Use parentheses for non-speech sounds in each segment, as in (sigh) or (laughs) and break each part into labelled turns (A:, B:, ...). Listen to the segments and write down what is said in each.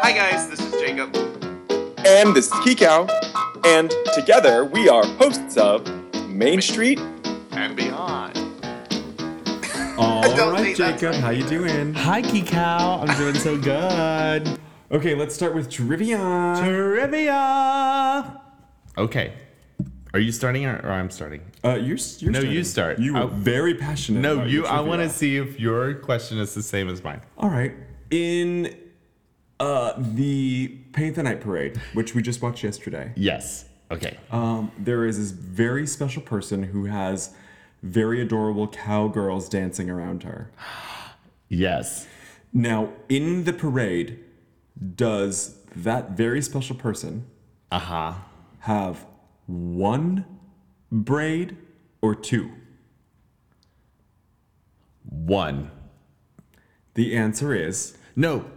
A: Hi guys, this is Jacob.
B: And this is Kikau. And together we are hosts of Main Street.
A: And beyond.
C: All
A: don't
C: right,
A: think that's
C: Jacob,
A: right.
C: how you doing?
D: Hi, Kikau. I'm doing so good.
C: Okay, let's start with trivia.
D: Trivia. Okay. Are you starting or, or I'm starting?
C: Uh, you're, s- you're
D: No,
C: starting.
D: you start.
C: You were
D: I-
C: very passionate.
D: No,
C: about
D: you.
C: your
D: I
C: trivia.
D: want to see if your question is the same as mine.
C: All right, in uh, the Paint the Night parade, which we just watched yesterday,
D: Yes. Okay.
C: um, there is this very special person who has very adorable cowgirls dancing around her.
D: Yes.
C: Now, in the parade, does that very special person
D: Uh huh.
C: have one braid or two?
D: One.
C: The answer is
D: No.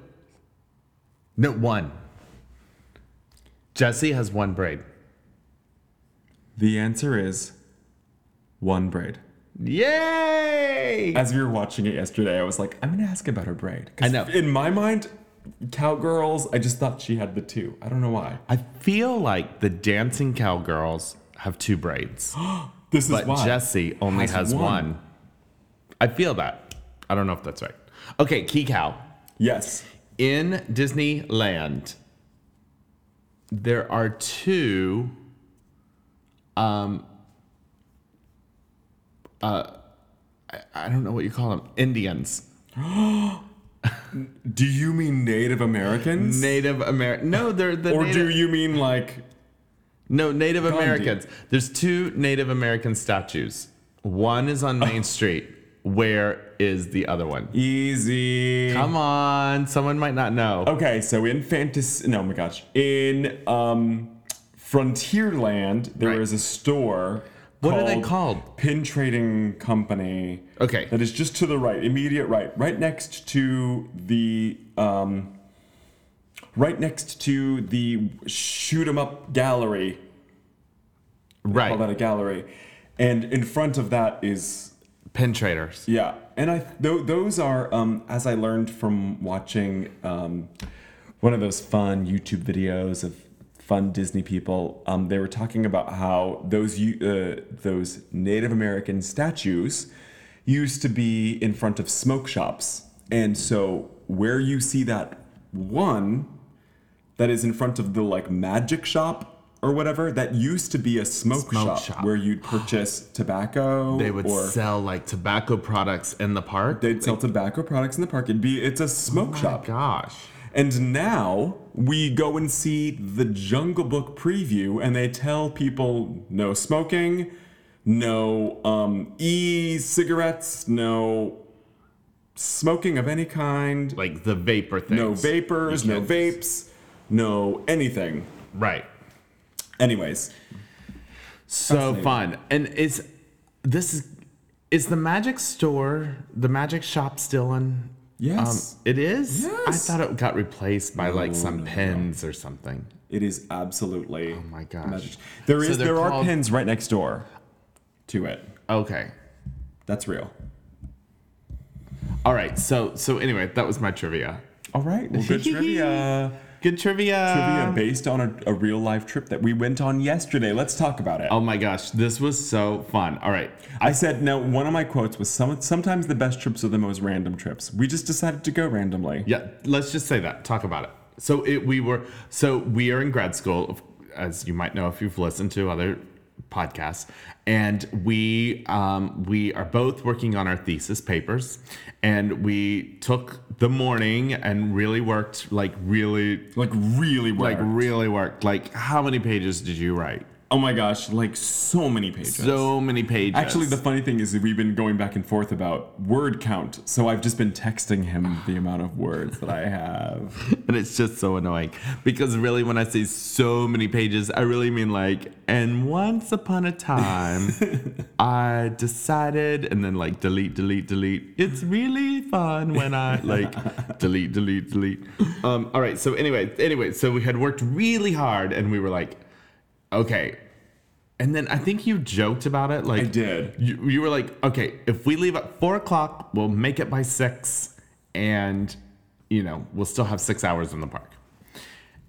D: No one. Jesse has one braid.
C: the answer is one braid.
D: Yay!
C: As we were watching it yesterday, I was like, I'm gonna ask about her braid. 'Cause
D: I know.
C: In my mind, cowgirls, I just thought she had the two. I don't know why.
D: I feel like the dancing cowgirls have two braids.
C: This is
D: but
C: why.
D: Jesse only
C: Has
D: has,
C: one.
D: one. I feel that. I don't know if that's right. Okay, Key Cow.
C: Yes.
D: In Disneyland, there are two um uh I, I don't know what you call them. Indians.
C: Do you mean Native Americans?
D: Native American. No, they're the
C: or
D: Native-
C: do you mean like
D: No, Native
C: Gandhi.
D: Americans. There's two Native American statues. One is on
C: (laughs)
D: Main Street. Where is the other one?
C: easy?
D: Come on, someone might not know.
C: Okay, so in fantasy, no, oh my gosh, in um, Frontierland, there is
D: Right.
C: a store.
D: What are they called?
C: Pin Trading Company.
D: Okay.
C: That is just to the right, immediate right, right next to the um, right next to the shoot 'em up gallery. Call that
D: Right.
C: a gallery, and in front of that is
D: Pin traders.
C: yeah, and I th- those are um, as I learned from watching um, one of those fun YouTube videos of fun Disney people. Um, they were talking about how those U- uh, those Native American statues used to be in front of smoke shops, and so where you see that one that is in front of the like magic shop. Or whatever that used to be a
D: Smoke
C: smoke, shop,
D: shop.
C: where you'd purchase tobacco.
D: They would
C: or
D: sell like tobacco products in the park.
C: They'd sell tobacco products in the park. It'd be it's a smoke
D: oh my
C: shop.
D: gosh.
C: And now we go and see the Jungle Book preview, and they tell people no smoking, no um, e-cigarettes, no smoking of any kind,
D: Like the vapor things.
C: no vapors,
D: You
C: no
D: can't-
C: vapes, no anything.
D: Right.
C: Anyways,
D: So fun. And is this is is the magic store, the magic shop still in?
C: Yes.
D: it is? I
C: Yes.
D: thought it got replaced by like some pins or something.
C: it is absolutely. Oh
D: my gosh.
C: gosh! There
D: So
C: is
D: they're
C: there are
D: called-
C: pins right next door to it.
D: Okay.
C: That's real.
D: All right. So so anyway, that was my trivia.
C: All right. Well, good trivia. Um,
D: Good trivia.
C: (laughs) Trivia based on a, a real life trip that we went on yesterday. Let's talk about it.
D: Oh my gosh, this was so fun. All right.
C: I said, now, one of my quotes was Some, sometimes the best trips are the most random trips. We just decided to go randomly.
D: Yeah, let's just say that. Talk about it. So it we were so we are in grad school, as you might know if you've listened to other podcasts, and we um, we are both working on our thesis papers, and we took the morning and really worked like really
C: Like, really
D: like
C: worked.
D: really worked. Like how many pages did you write?
C: oh my gosh, like so many pages.
D: So many pages.
C: Actually, the funny thing is that we've been going back and forth about word count. So I've just been texting him the amount of words that I have.
D: (laughs) And it's just so annoying because really, when I say so many pages, I really mean like, and once upon a time, I decided, and then like, delete, delete, delete. It's really fun when I like, delete, delete, delete. Um, all right. So, anyway, anyway, so we had worked really hard and we were like, okay. And then I think you joked about it. Like,
C: I did.
D: You, you were like, okay, if we leave at four o'clock, we'll make it by six, and you know, we'll still have six hours in the park.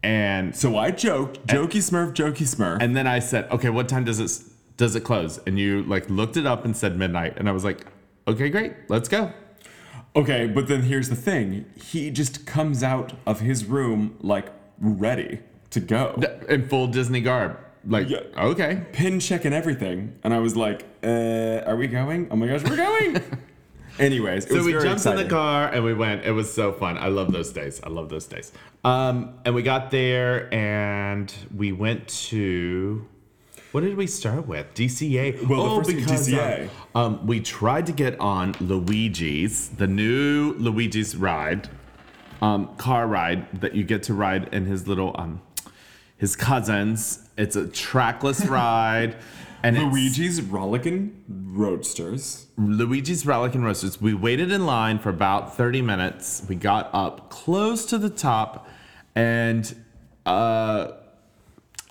D: and
C: So I joked, jokey Smurf, jokey Smurf.
D: and then I said, okay, what time does it s- does it close? And you like looked it up and said midnight, and I was like, okay, great, let's go.
C: okay, but then here's the thing: he just comes out of his room like ready to go,
D: D- In full Disney garb, like
C: Yeah.
D: okay,
C: pin check and everything. And I was like, uh, "Are we going? Oh my gosh,
D: (laughs)
C: we're going!" Anyways, it
D: So
C: was
D: we
C: very
D: jumped in
C: exciting.
D: the car and we went. It was so fun. I love those days. I love those days. Um, and we got there and we went to. What did we start with? DCA.
C: Well, the first thing, DCA.
D: Oh, uh, um, we tried to get on Luigi's, the new Luigi's ride, um, car ride that you get to ride in his little um, his cousins. It's a
C: (laughs)
D: trackless ride. And it's-
C: Luigi's Rollickin' Roadsters.
D: Luigi's Relic and Roasters. We waited in line for about 30 minutes. We got up close to the top and uh,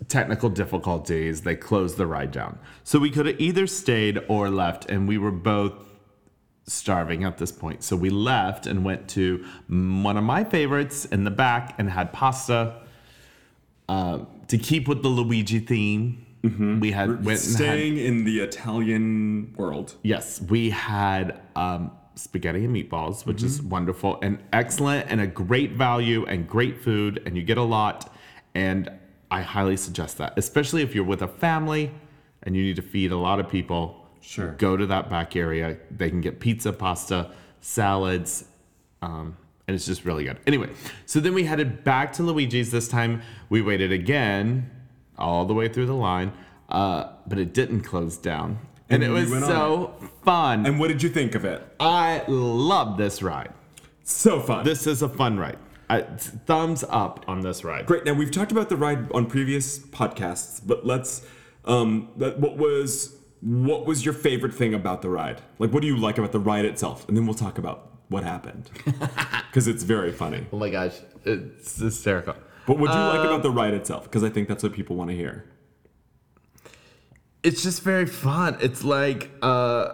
D: technical difficulties. They closed the ride down. So we could have either stayed or left, and we were both starving at this point. So we left and went to one of my favorites in the back and had pasta. Uh, to keep with the Luigi theme, we had went and had
C: Staying in the Italian world.
D: Yes, we had um, spaghetti and meatballs, which
C: Mm-hmm.
D: is wonderful and excellent and a great value and great food, and you get a lot. And I highly suggest that, especially if you're with a family and you need to feed a lot of people.
C: Sure.
D: Go to that back area. They can get pizza, pasta, salads, um, and it's just really good. Anyway, so then we headed back to Luigi's. This time we waited again all the way through the line, uh, but it didn't close down. And,
C: And
D: it
C: we
D: was
C: went on
D: so fun.
C: And what did you think of it?
D: I love this ride.
C: So fun.
D: This is a fun ride. I, thumbs up on this ride.
C: Great. Now we've talked about the ride on previous podcasts, but let's. Um, that, what was what was your favorite thing about the ride? Like, what do you like about the ride itself? And then we'll talk about what happened
D: (laughs)
C: because it's very funny.
D: Oh my gosh, it's hysterical.
C: But what do you like
D: Um,
C: about the ride itself? Because I think that's what people want to hear.
D: It's just very fun. It's like uh,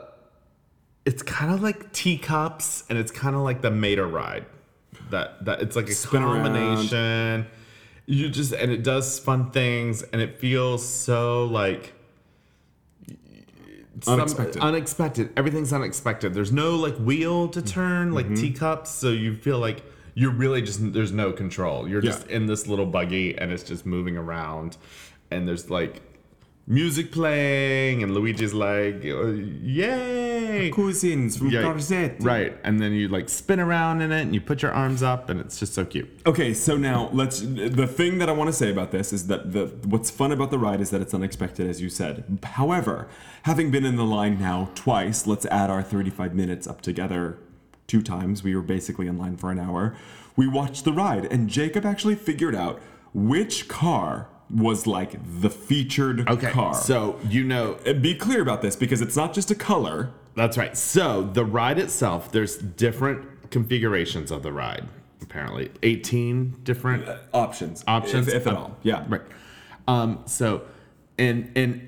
D: it's kind of like teacups, and it's kind of like the Mater ride. That that it's like a
C: Spin around.
D: combination. You just and it does fun things, and it feels so like some-
C: Unexpected.
D: unexpected. Everything's unexpected. There's no like wheel to turn,
C: Mm-hmm.
D: like teacups, so you feel like you're really just there's no control. You're
C: Yeah.
D: just in this little buggy and it's just moving around, and there's like music playing, and Luigi's like, uh, "Yay!"
C: Cousins from
D: Yeah, Right, and then you like spin around in it, and you put your arms up, and it's just so cute.
C: Okay, so now let's. The thing that I want to say about this is that the what's fun about the ride is that it's unexpected, as you said. However, having been in the line now twice, let's add our 35 minutes up together. Two times we were basically in line for an hour. We watched the ride, and Jacob actually figured out which car was like the featured car.
D: so you know
C: And be clear about this because it's not just a color.
D: That's right. So the ride itself, there's different configurations of the ride. Apparently, 18 different
C: Options.
D: options,
C: If, if at
D: Uh,
C: all. Yeah.
D: right. Um, so, and and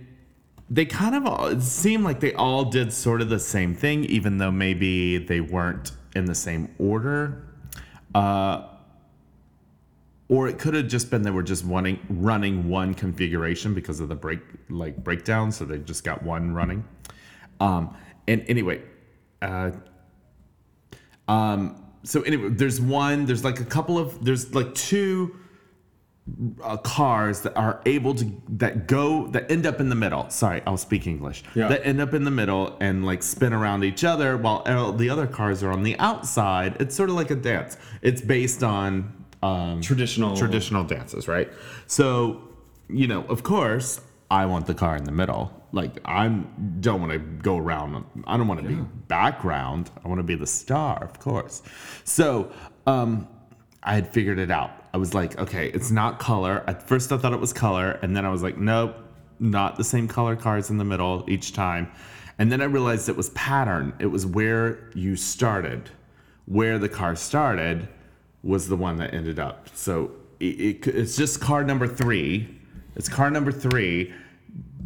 D: they kind of all it seemed like they all did sort of the same thing, even though maybe they weren't in the same order. Uh, or it could have just been they were just running running one configuration because of the break like breakdown, so they just got one running. Um, and anyway, uh, um, so anyway, there's one, there's like a couple of, there's like two uh, cars that are able to that go that end up in the middle. Sorry, I'll speak English.
C: Yeah.
D: That end up in the middle and like spin around each other while all the other cars are on the outside. It's sort of like a dance. It's based on um,
C: Traditional.
D: traditional dances, right? So, you know, of course, I want the car in the middle. Like I'm don't want to go around. I don't want to be background. I want to be the star, of course. So, um I had figured it out. I was like, okay, it's not color. At first I thought it was color, and then I was like, nope, not the same color cards in the middle each time. And then I realized it was pattern. It was where you started where the car started was the one that ended up. So it, it, it's just car number three. It's car number three.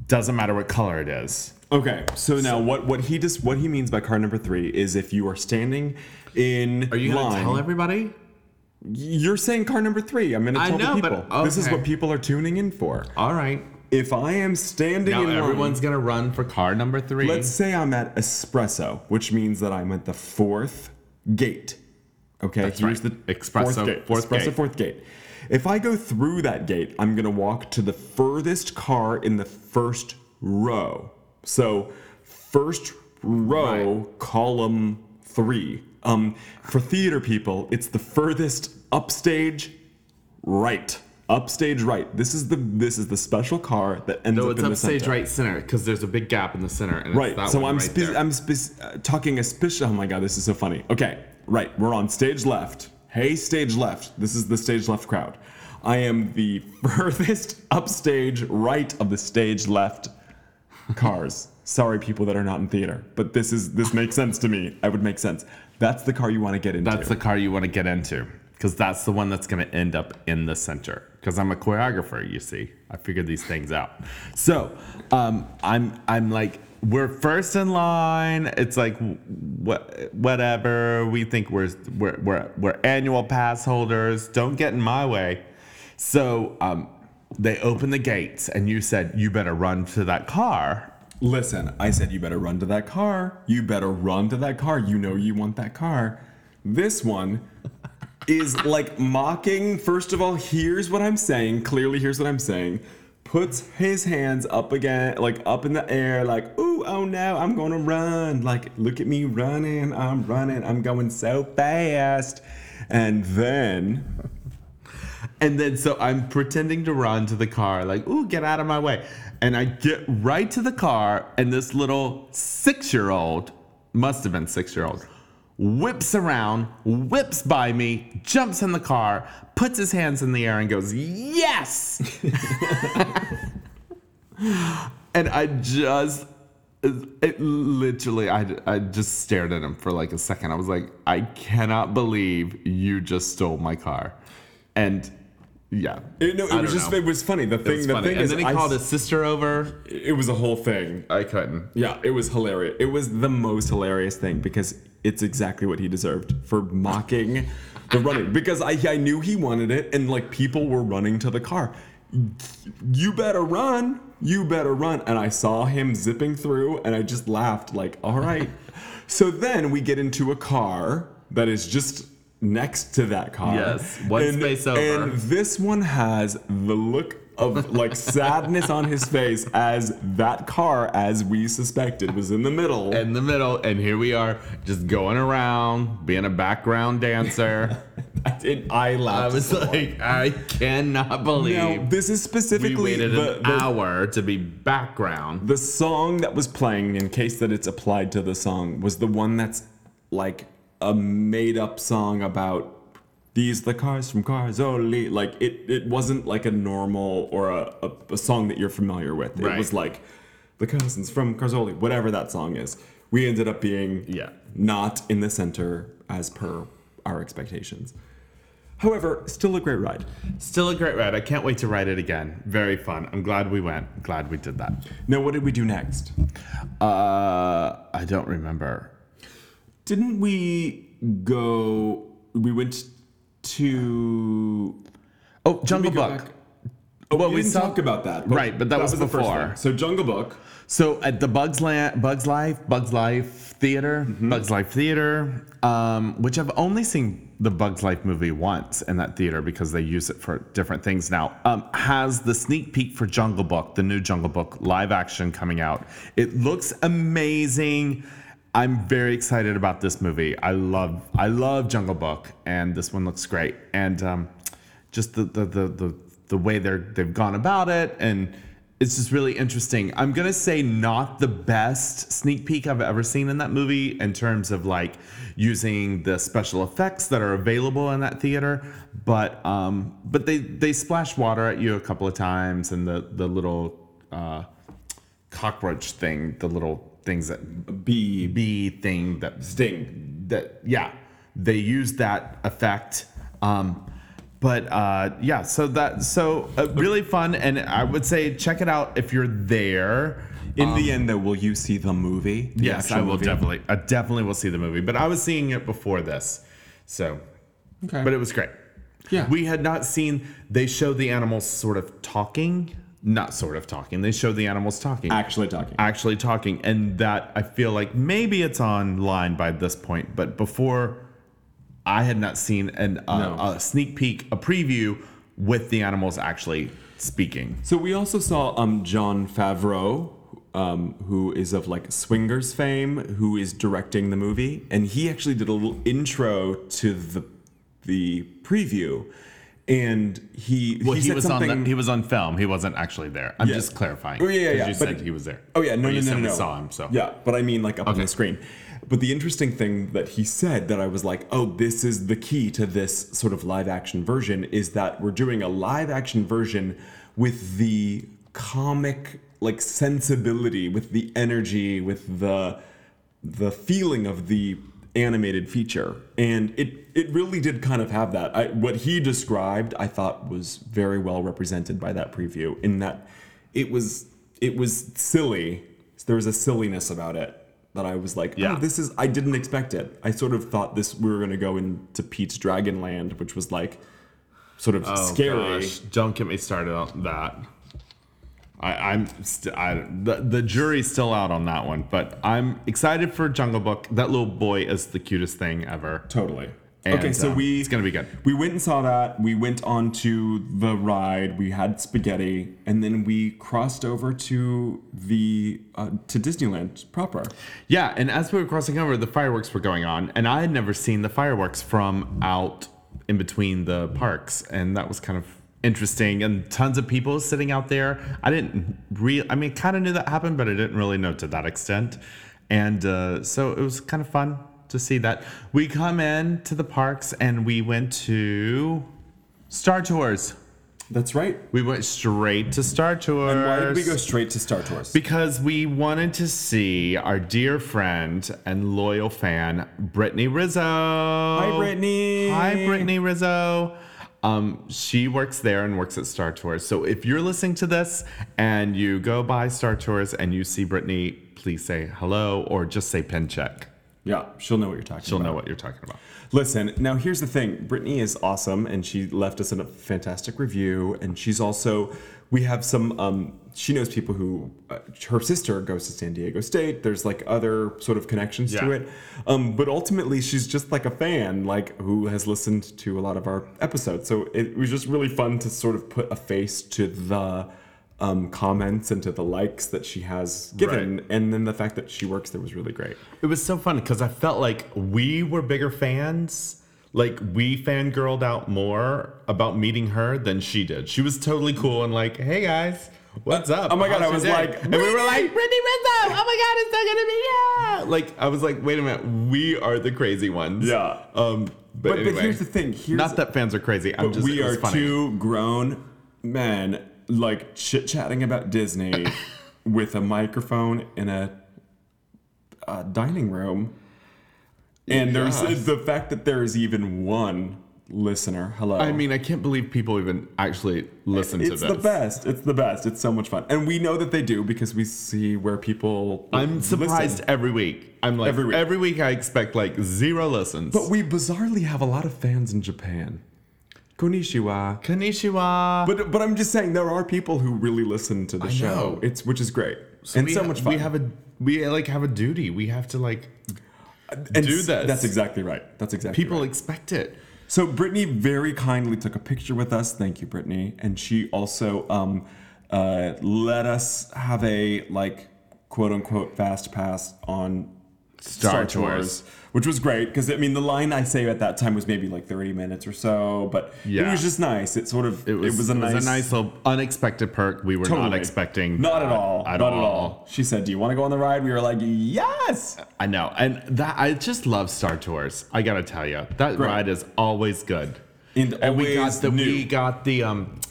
D: Doesn't matter what color it is.
C: Okay, so now what what he just what he means by car number three is if you are standing in
D: Are you gonna
C: line.
D: tell everybody?
C: You're saying car number three. I'm going to
D: I
C: tell the
D: know, but-
C: people. This is
D: okay.
C: what people are tuning in for.
D: All right.
C: If I am standing
D: Now
C: in line-
D: everyone's gonna run for car number 3
C: Let's say I'm at espresso, which means that I'm at the fourth gate. Okay,
D: That's
C: here's
D: right.
C: the
D: Espresso,
C: fourth gate.
D: fourth
C: espresso
D: gate.
C: fourth gate. If I go through that gate, I'm gonna walk to the furthest car in the first row. So first row, column three. Um, for theater people, it's the furthest upstage right. Upstage right. This is the this is the special car that ends
D: No,
C: up
D: it's
C: in the
D: upstage
C: center.
D: right center because there's a big gap in the center. And It's
C: Right.
D: that
C: So
D: one
C: I'm
D: right
C: spe-
D: there.
C: I'm spe- uh, talking especially. Oh my god, this is so funny. Okay. Right. We're on stage left. Hey, stage left. This is the stage left crowd. I am the (laughs) furthest upstage right of the stage left cars. Sorry, people that are not in theater, but this is this makes sense to me. I would make sense. That's the car you want to get into.
D: That's the car you want to get into because that's the one that's going to end up in the center. Because I'm a choreographer, you see, I figure these things out. So um, I'm I'm like we're first in line. It's like what whatever we think we're we're we're, we're annual pass holders. Don't get in my way. So um, they open the gates, and you said you better run to that car.
C: Listen, I said you better run to that car. You better run to that car. You know you want that car. This one is like mocking. First of all, here's what I'm saying. Clearly, here's what I'm saying. Puts his hands up again, like up in the air, like, ooh, oh no, I'm gonna run. Like, look at me running. I'm running. I'm going so fast. And then,
D: And then so I'm pretending to run to the car, like, ooh, get out of my way. And I get right to the car, and this little six year old, must have been six year old, whips around, whips by me, jumps in the car, puts his hands in the air, and goes,
C: (laughs)
D: yes. and I just. It literally, I, I just stared at him for like a second. I was like, I cannot believe you just stole my car. And yeah.
C: it, no,
D: I
C: it was
D: don't
C: just,
D: know.
C: it was funny. The thing,
D: It's
C: the
D: funny.
C: thing
D: and
C: is,
D: then he
C: I
D: called
C: s-
D: his sister over.
C: it was a whole thing.
D: I couldn't.
C: Yeah, it was hilarious. It was the most hilarious thing because it's exactly what he deserved for mocking the running. Because I, I knew he wanted it, and like people were running to the car. You better run. You better run. And I saw him zipping through, and I just laughed, like,
D: (laughs)
C: all right. so then we get into a car that is just next to that car.
D: Yes, one space over.
C: And this one has the look of
D: (laughs)
C: like sadness on his face as that car, as we suspected, was in the middle.
D: In the middle, and here we are, just going around, being a background dancer.
C: And I
D: (laughs)
C: laughed.
D: I was
C: so hard.
D: like, I cannot believe
C: now this is
D: we
C: specifically
D: waited
C: the,
D: an
C: the,
D: hour to be background.
C: the song that was playing, in case that it's applied to the song, was the one that's like a made up song about these the cars from cars only. Like it, it wasn't like a normal or a, a, a song that you're familiar with. It
D: Right.
C: was like the cousins from Carzoli, whatever that song is. We ended up being
D: Yeah.
C: not in the center as per our expectations. However, still a great ride.
D: Still a great ride. I can't wait to ride it again. Very fun. I'm glad we went. Glad we did that.
C: Now, what did we do next?
D: Uh, I don't remember.
C: Didn't we go? We went to.
D: Oh, Jungle
C: go
D: Book.
C: back? Oh,
D: Well,
C: we,
D: we
C: didn't
D: saw-
C: talk about that. but
D: Right, but that was
C: the first
D: before.
C: one. So Jungle Book.
D: So at the Bugs Land, Bugs Life, Bugs Life Theater, Bugs Life Theater, um, which I've only seen the Bugs Life movie once in that theater because they use it for different things now, um, has the sneak peek for Jungle Book, the new Jungle Book live action coming out. It looks amazing. I'm very excited about this movie. I love I love Jungle Book, and this one looks great. And um, just the the the the, the way they're they've gone about it and it's just really interesting. I'm gonna say not the best sneak peek I've ever seen in that movie in terms of like using the special effects that are available in that theater, but um, but they they splash water at you a couple of times and the the little uh, cockroach thing, the little things that bee bee thing that
C: Sting.
D: that yeah they use that effect um but uh yeah so that so uh, really fun and i would say check it out if you're there
C: In the end, though, will you see the movie? The
D: yes i
C: actual
D: will
C: movie?
D: definitely i definitely will see the movie but i was seeing it before this so
C: Okay.
D: but it was great
C: Yeah.
D: We had not seen, they showed the animals sort of talking. Not sort of talking. They showed the animals talking.
C: Actually talking.
D: actually talking. And that I feel like maybe it's online by this point, but before I had not seen an, uh,
C: No.
D: a sneak peek, a preview with the animals actually speaking.
C: So we also saw um, John Favreau, um, who is of like swingers fame, who is directing the movie, and he actually did a little intro to the the preview, and he
D: Well,
C: he,
D: he,
C: said
D: was
C: something.
D: on the, he was on film. He wasn't actually there. I'm
C: Yeah.
D: just clarifying.
C: Oh, yeah, yeah,
D: 'cause
C: yeah,
D: You
C: but-
D: said he was there.
C: Oh yeah, no,
D: Or
C: no,
D: you
C: no,
D: said
C: no,
D: we
C: no.
D: saw him. So
C: yeah, but I mean like up on the
D: Okay.
C: screen. But the interesting thing that he said that I was like, oh, this is the key to this sort of live action version is that we're doing a live action version with the comic like sensibility, with the energy, with the the feeling of the animated feature and it it really did kind of have that I, what he described i thought was very well represented by that preview in that it was it was silly there was a silliness about it that i was like
D: Yeah.
C: oh this is i didn't expect it i sort of thought this we were going to go into pete's dragon land which was like sort of
D: Oh,
C: scary
D: gosh, don't get me started on that. I, I'm st- I, the, the jury's still out on that one, but I'm excited for Jungle Book. That little boy is the cutest thing ever.
C: totally
D: And,
C: okay so
D: um,
C: we
D: it's gonna be good.
C: We went and saw that. We went on to the ride. We had spaghetti, and then we crossed over to the uh, to Disneyland proper.
D: Yeah, and as we were crossing over, the fireworks were going on, and I had never seen the fireworks from out in between the parks, and that was kind of interesting. And tons of people sitting out there. I didn't real. I mean, kind of knew that happened, but I didn't really know to that extent. And uh, so it was kind of fun to see that. We come in to the parks, and we went to Star Tours.
C: That's right.
D: We went straight to Star Tours.
C: And why did we go straight to Star Tours?
D: Because we wanted to see our dear friend and loyal fan, Brittany Rizzo. Hi,
C: Brittany.
D: Hi, Brittany Rizzo. Um, she works there and works at Star Tours. So if you're listening to this and you go by Star Tours and you see Brittany, please say hello or just say pin check.
C: yeah, she'll know what you're talking
D: She'll
C: about.
D: know what you're talking about.
C: Listen, now here's the thing. Brittany is awesome, and she left us a fantastic review. And she's also, we have some. Um, she knows people who, uh, her sister goes to San Diego State. There's like other sort of connections to
D: Yeah.
C: it. Um, but ultimately, she's just like a fan, like who has listened to a lot of our episodes. So it was just really fun to sort of put a face to the. Um, comments and to the likes that she has given, and then the fact that she works there was really great.
D: It was so fun because I felt like we were bigger fans. Like we fangirled out more about meeting her than she did. She was totally cool and like, hey guys, what's up?
C: oh my
D: How's
C: God, I
D: your
C: was
D: day?"
C: like,
D: and we were like, Brittany Rizzo. Oh my God, it's so gonna be yeah. Like I was like, wait a minute, we are the crazy ones.
C: Yeah.
D: Um. But,
C: But,
D: anyway,
C: but here's the thing: here's
D: not that fans are crazy. I'm
C: But
D: just
C: we
D: it was
C: are
D: funny.
C: two grown men, like chit chatting
D: (laughs)
C: about Disney with a microphone in a, a dining room. And there's the fact that there is even one listener. Hello.
D: I mean, I can't believe people even actually listen to
C: it's
D: this.
C: the best. It's the best. It's so much fun. And we know that they do because we see where people.
D: I'm
C: listen.
D: surprised every week. I'm like
C: Every
D: every
C: week.
D: week. I expect like zero listens.
C: But we bizarrely have a lot of fans in Japan. Konnichiwa.
D: Konnichiwa.
C: But but I'm just saying there are people who really listen to the show.
D: know.
C: It's which is great and
D: we
C: so
D: ha-
C: much fun.
D: We have a we like have a duty. We have to like
C: and
D: do
C: s-
D: this.
C: That's exactly right. That's exactly
D: people
C: right.
D: expect it.
C: So Brittany very kindly took a picture with us. Thank you, Brittany. And she also um, uh, let us have a like quote unquote fast pass on
D: Star Tours.
C: which was great because I mean the line I say at that time was maybe like 30 minutes or so, but it
D: Yeah.
C: was just nice. It sort of it was, a, nice,
D: little unexpected perk we were not
C: totally.
D: expecting.
C: Not at
D: that
C: all.
D: At
C: not
D: all.
C: at all. She said, "Do you want to go on the ride?" We were like, "Yes."
D: I know, and that I just love Star Tours. I gotta tell you, that
C: Great.
D: ride is always good.
C: And
D: we got
C: always
D: the
C: new.
D: we got the um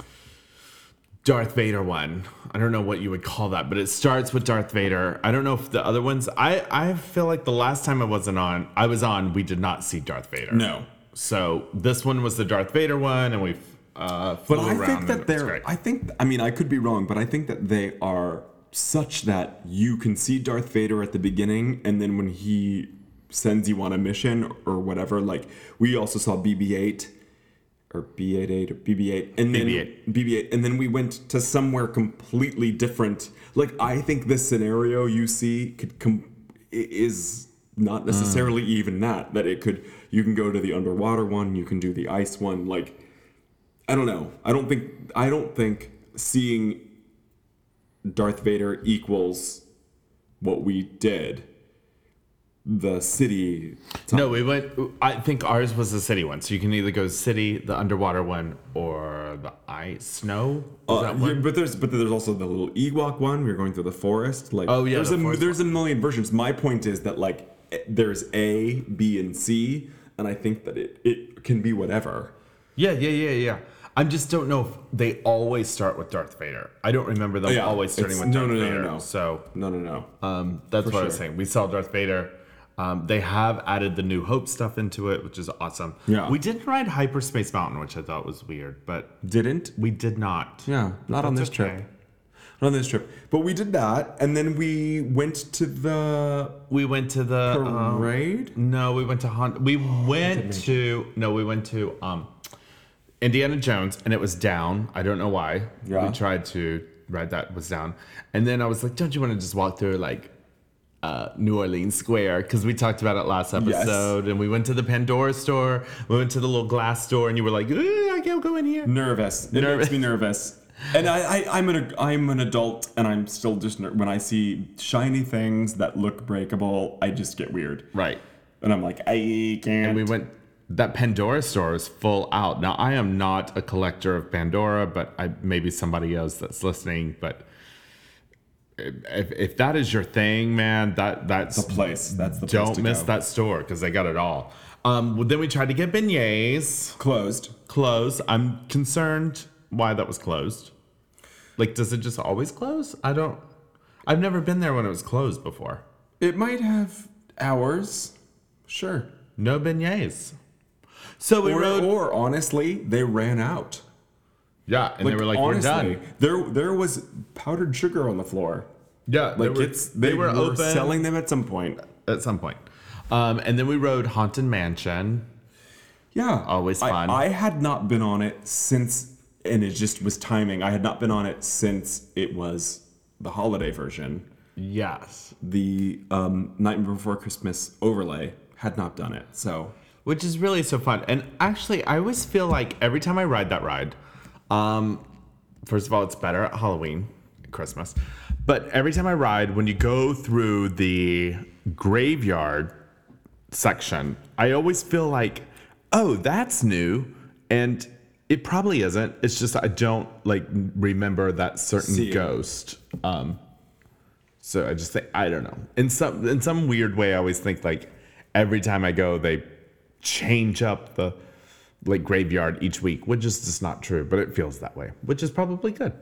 D: Darth Vader one. I don't know what you would call that, but it starts with Darth Vader. I don't know if the other ones. I I feel like the last time I wasn't on, I was on. We did not see Darth Vader.
C: No.
D: So this one was the Darth Vader one, and we uh, flew
C: But I
D: around.
C: think
D: and
C: that
D: it was
C: they're.
D: great.
C: I think. I mean, I could be wrong, but I think that they are such that you can see Darth Vader at the beginning, and then when he sends you on a mission or whatever, like we also saw BB-8, or B88 or BB8 and then
D: BB8.
C: BB8 and then we went to somewhere completely different. Like I think the scenario you see could com- i- is not necessarily even that that it could you can go to the underwater one, you can do the ice one like I don't know. I don't think I don't think seeing Darth Vader equals what we did. The city
D: No, we went. I think ours was the city one. So you can either go city, the underwater one, or the ice snow. Is
C: Uh,
D: that
C: yeah,
D: one?
C: but there's but there's also the little Ewok one. We were going through the forest. Like
D: Oh, yeah,
C: there's
D: the
C: a
D: forest
C: there's a million versions. My point is that like eh, there's A, B, and C, and I think that it it can be whatever.
D: Yeah, yeah, yeah, yeah. I just don't know if they always start with Darth Vader. I don't remember them
C: Oh, yeah,
D: always starting
C: it's-
D: with
C: no,
D: Darth
C: no, no, no,
D: Vader.
C: no.
D: So
C: No, no, no.
D: um, that's what I was
C: sure.
D: saying. We saw Darth Vader. Um, they have added the New Hope stuff into it, which is awesome.
C: Yeah.
D: We didn't ride Hyperspace Mountain, which I thought was weird, but
C: Didn't?
D: we did not.
C: Yeah, not on
D: That's
C: this trip.
D: okay.
C: Not on this trip. But we did that, and then we went to the
D: We went to the um,
C: parade.
D: No, we went to Hon. We went to no, we went to um, Indiana Jones, and it was down. I don't know why.
C: Yeah.
D: We tried to ride that was down, and then I was like, "Don't you want to just walk through like uh, New Orleans Square?" Because we talked about it last episode, and we went to the Pandora store. We went to the little glass store, and you were like, "Eh, "I can't go in here."
C: nervous. It
D: Nervous.
C: makes me nervous. And I, I, I'm an I'm an adult, and I'm still just ner- when I see shiny things that look breakable, I just get weird.
D: Right.
C: And I'm like, I can't.
D: And we went. That Pandora store is full out. Now I am not a collector of Pandora, but I maybe somebody else that's listening, but. if, if that is your thing, man, that that's
C: the place. That's the place
D: Don't
C: to
D: miss
C: go.
D: that store because they got it all. Um, well, then we tried to get beignets
C: Closed.
D: closed. I'm concerned why that was closed. Like, does it just always close? I don't. I've never been there when it was closed before.
C: It might have hours. Sure.
D: No beignets. So we
C: Or,
D: rode.
C: or honestly, they ran out.
D: yeah, and they were like, "We're done."
C: There there was powdered sugar on the floor.
D: Yeah, they
C: Like
D: were,
C: it's they, were,
D: open
C: selling them at some point.
D: at some point. Um, and then we rode Haunted Mansion.
C: Yeah.
D: Always
C: I-
D: fun.
C: I, had not been on it since, and it just was timing. I had not been on it since it was the holiday version.
D: Yes.
C: The um, Night Before Christmas overlay had not done it. So,
D: which is really so fun. And actually, I always feel like every time I ride that ride, um, first of all, it's better at Halloween, Christmas, but every time I ride, when you go through the graveyard section, I always feel like, oh, that's new, and it probably isn't. It's just I don't like remember that certain
C: See it.
D: ghost. Um, so I just think I don't know. In some in some weird way, I always think like every time I go, they change up the like graveyard each week, which is just not true, but it feels that way, which is probably good.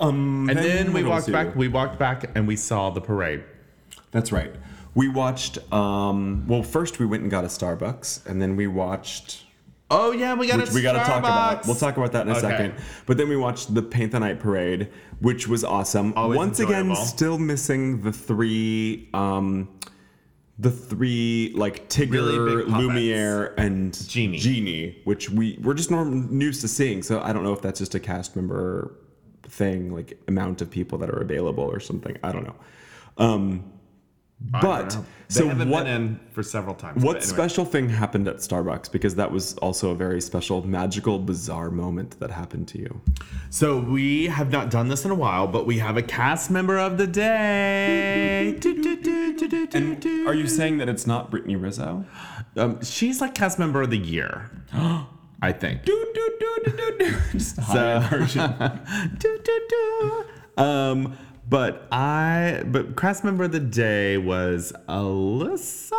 C: um,
D: And then, we
C: what else
D: walked
C: do?
D: back. We walked back and we saw the parade.
C: That's right. We watched. Um, well, first we went and got a Starbucks, and then we watched.
D: Oh yeah, we got
C: Which we got to talk about. We'll talk about that in a
D: Okay.
C: second. But then we watched the Paint the Night Parade, which was awesome.
D: Always
C: Once again,
D: enjoyable.
C: still missing the three, um, the three like Tigger,
D: Really big puppets.
C: Lumiere, and
D: Genie.
C: Genie, which we we're just norm- used to seeing. So I don't know if that's just a cast member thing, like amount of people that are available or something. I don't know. Um, but so what?
D: in for several times.
C: What special thing happened at Starbucks? Because that was also a very special, magical, bizarre moment that happened to you.
D: So we have not done this in a while, but we have a cast member of the day.
C: Are you saying that it's not Brittany Rizzo?
D: Um, she's like cast member of the
C: (gasps)
D: year, I think.
C: (laughs) Just
D: So-
C: a high-end version.
D: (laughs) Do, do, do. Um, but I, but cast member of the day was Alyssa.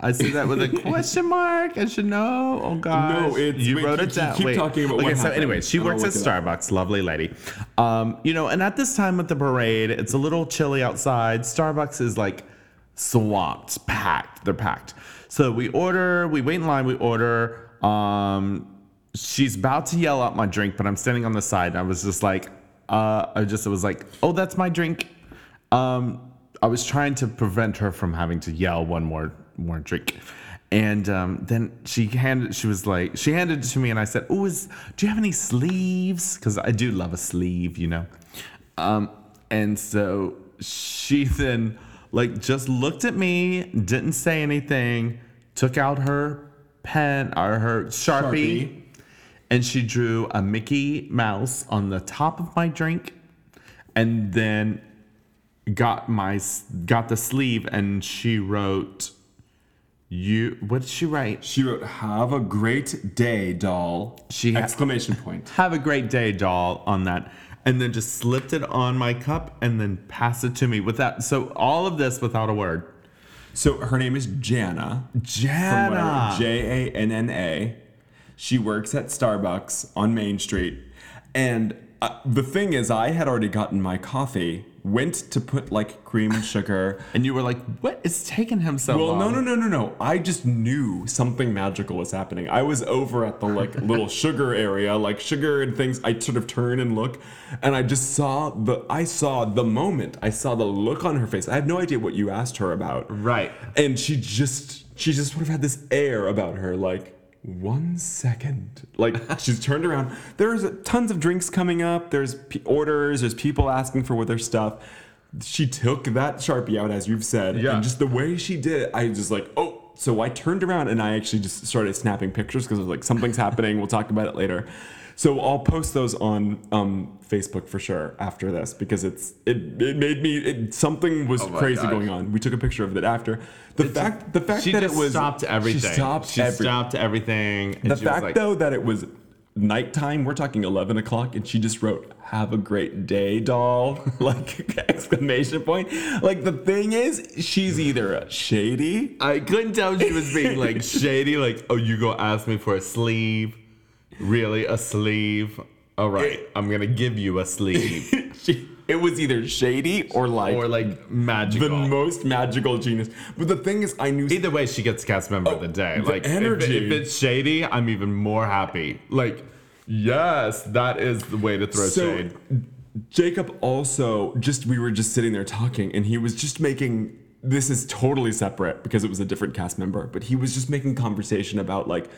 D: I see that
C: (laughs)
D: with a question mark. I should know. Oh gosh.
C: it's-
D: you
C: wait,
D: wrote
C: keep-
D: it down.
C: keep
D: Wait.
C: talking about what
D: okay, so
C: happened,
D: anyway, she
C: and I'll
D: works at
C: look it up.
D: Starbucks. Lovely lady. Um, you know, and at this time at the parade, it's a little chilly outside. Starbucks is like swamped, packed. They're packed. So we order. We wait in line. We order. Um, she's about to yell out my drink, but I'm standing on the side, and I was just like, uh, I just was like, oh, that's my drink. Um, I was trying to prevent her from having to yell one more more drink, And um, then she handed, she was like, she handed it to me, and I said, "Oh, is do you have any sleeves? Because I do love a sleeve, you know." Um, and so she (laughs) then like just looked at me, didn't say anything, took out her pen or her sharpie,
C: Sharpie.
D: and she drew a Mickey Mouse on the top of my drink, and then got my s- got the sleeve, and she wrote. You what did she write?
C: She wrote, "Have a great day, doll!"
D: She ha-
C: exclamation point.
D: Have a great day, doll, on that. And then just slipped it on my cup and then passed it to me with that. So all of this without a word.
C: So her name is Jana. from what I
D: Jana.
C: read, J A N N A. She works at Starbucks on Main Street. And uh, the thing is, I had already gotten my coffee, went to put like cream and sugar.
D: and you were like, what is taking him so
C: Well,
D: long?
C: no, no, no, no, no. I just knew something magical was happening. I was over at the like (laughs) little sugar area, like sugar and things. I sort of turn and look, and I just saw the. I saw the moment. I saw the look on her face. I have no idea what you asked her about.
D: Right.
C: And she just, she just sort of had this air about her, like. One second, like she's turned around. There's tons of drinks coming up. There's p- orders. There's people asking for their stuff. She took that sharpie out, as you've said,
D: Yeah.
C: and just the way she did it, I just like, oh. So I turned around and I actually just started snapping pictures because I was like, something's happening. We'll talk about it later. So I'll post those on um, Facebook for sure after this because it's it, it made me it, something was
A: my
C: crazy
A: gosh.
C: going on. We took a picture of it after the fact the fact
D: She
C: that
D: just
C: it was
D: stopped everything.
C: She stopped
D: She
C: everything.
D: stopped everything. And
C: The
D: she was
C: fact
D: like,
C: though that it was nighttime, we're talking eleven o'clock, and she just wrote "Have a great day, doll!" (laughs) like exclamation point. Like the thing is, she's either shady. (laughs)
D: I couldn't tell she was being like shady, like, oh, you gonna ask me for a sleeve? Really? A sleeve? All right, I'm gonna give you a sleeve.
C: she, it was either shady (laughs) or like,
D: or like magical.
C: the most magical genius. But the thing is, I knew
D: Either way, she gets cast member of the day.
C: Oh, the
D: like if-
C: energy.
D: If, it's shady, I'm even more happy. Like, yes, that is the way to throw
C: so
D: shade.
C: Jacob also just we were just sitting there talking, and he was just making this is totally separate because it was a different cast member, but he was just making conversation about like,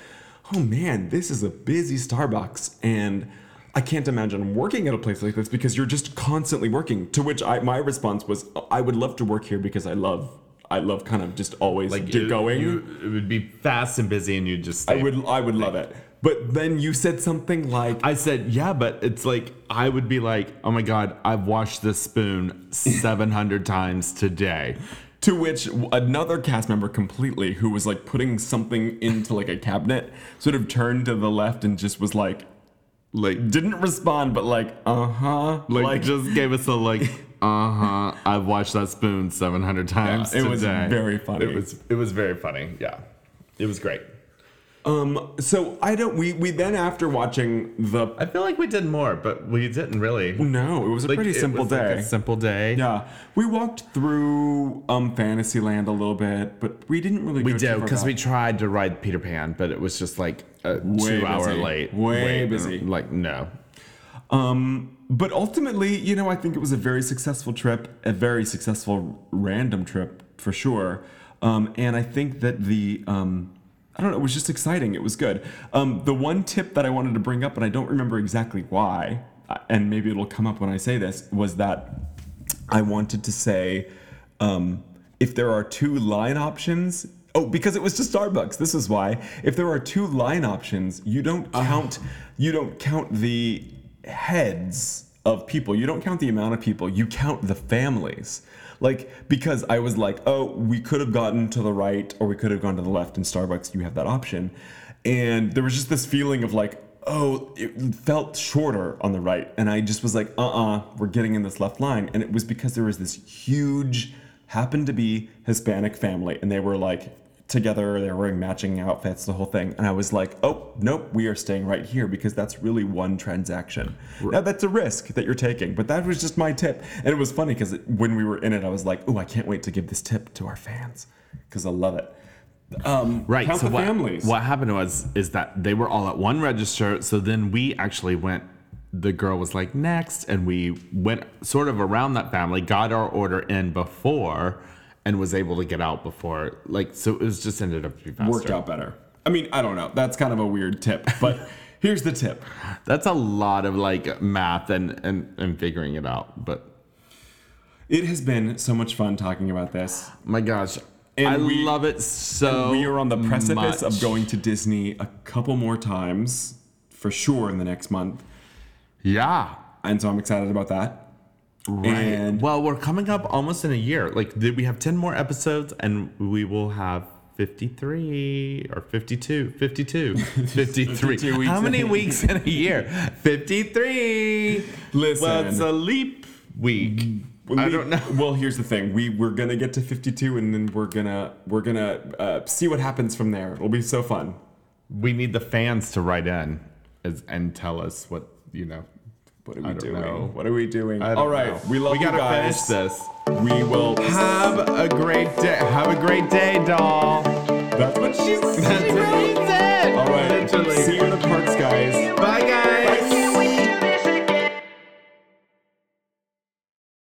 C: oh man, this is a busy Starbucks, and I can't imagine working at a place like this because you're just constantly working. To which I my response was, I would love to work here because I love I love kind of just always
D: Like
C: do-
D: it-
C: going.
D: you- it would be fast and busy, and you just.
C: I
D: stay-
C: would I would love it. But then you said something like
D: I said, yeah, but it's like I would be like, oh my god, I've washed this
C: (laughs)
D: spoon 700 times today.
C: To which w- another cast member completely, who was like putting something into like a cabinet, sort of turned to the left and just was like,
D: Like,
C: didn't respond, but like, uh huh.
D: like,
C: Like,
D: just gave us a like. (laughs) Uh huh. I've washed that spoon 700 times.
C: it was
D: today.
C: very funny.
D: It was. It was very funny. Yeah, it was great.
C: um, so I don't, we, we then after watching the,
D: I feel like we did more, but we didn't really.
C: no, it was a
D: Like,
C: pretty
D: it
C: simple
D: was, like,
C: day.
D: a simple day.
C: yeah. We walked through um Fantasyland a little bit, but we didn't really
D: We
C: go too
D: did
C: far
D: because we
C: back.
D: tried to ride Peter Pan, but it was just like a
C: Way
D: two-hour
C: busy.
D: late.
C: Way
D: wait.
C: busy.
D: Like no.
C: Um, but ultimately, you know, I think it was a very successful trip, a very successful random trip for sure. Um, and I think that the, um, I don't know, it was just exciting. It was good. Um, the one tip that I wanted to bring up, and I don't remember exactly why, uh, and maybe it'll come up when I say this, was that I wanted to say um, if there are two line options. Oh, because it was to Starbucks. This is why. If there are two line options, you don't count. You don't count the heads of people. You don't count the amount of people. You count the families. Like because I was like, oh, we could have gotten to the right or we could have gone to the left in Starbucks. You have that option, and there was just this feeling of like, oh, it felt shorter on the right. And I just was like, uh uh-uh, uh, we are getting in this left line. And it was because there was this huge, happened to be Hispanic family, and they were like together, they were wearing matching outfits, the whole thing. And I was like, oh, nope, we are staying right here because that's really one transaction. Now, that's a risk that you're taking, but that was just my tip. And it was funny because when we were in it, I was like, oh, I can't wait to give this tip to our fans because I love it. Um,
D: Right.
C: Count
D: so
C: the
D: what,
C: families.
D: what happened was is that they were all at one register. So then we actually went. The girl was like next, and we went sort of around that family, got our order in before, and was able to get out before like so it was just ended up to be faster.
C: worked out better. I mean, I don't know. That's kind of a weird tip,
D: (laughs)
C: but here's the tip.
D: That's a lot of like math and and and figuring it out. But
C: It has been so much fun talking about this.
D: my gosh,
C: And
D: I
C: we-
D: love it so.
C: we are on the precipice of
D: Oh much.
C: going to Disney a couple more times for sure in the next month,
D: Yeah.
C: and so I'm excited about that.
D: Right.
C: And-
D: well, we're coming up almost in a year. Like, did we have 10 more episodes and we will have 53 or 52,
C: (laughs)
D: 52, 53.
C: 52 weeks
D: How many
C: in.
D: weeks in a year? 53.
C: Listen. Mm,
D: Well, it's a leap week. I
C: We-
D: don't know.
C: Well, here's the thing: we we're gonna get to 52, and then we're gonna we're gonna uh, see what happens from there. It'll be so fun.
D: We need the fans to write in as, and tell us what, you know.
C: What are we
D: I don't
C: doing?
D: know.
C: What are we doing?
D: I don't
C: All right,
D: know.
C: we love
D: we
C: you
D: gotta
C: guys.
D: finish this.
C: We will.
D: (laughs) Have a great day. Have a great day, doll.
C: (laughs) That's what she said.
D: (laughs) That's what he said.
C: All right,
D: Literally.
C: see you in the parks, guys.
D: Bye, guys.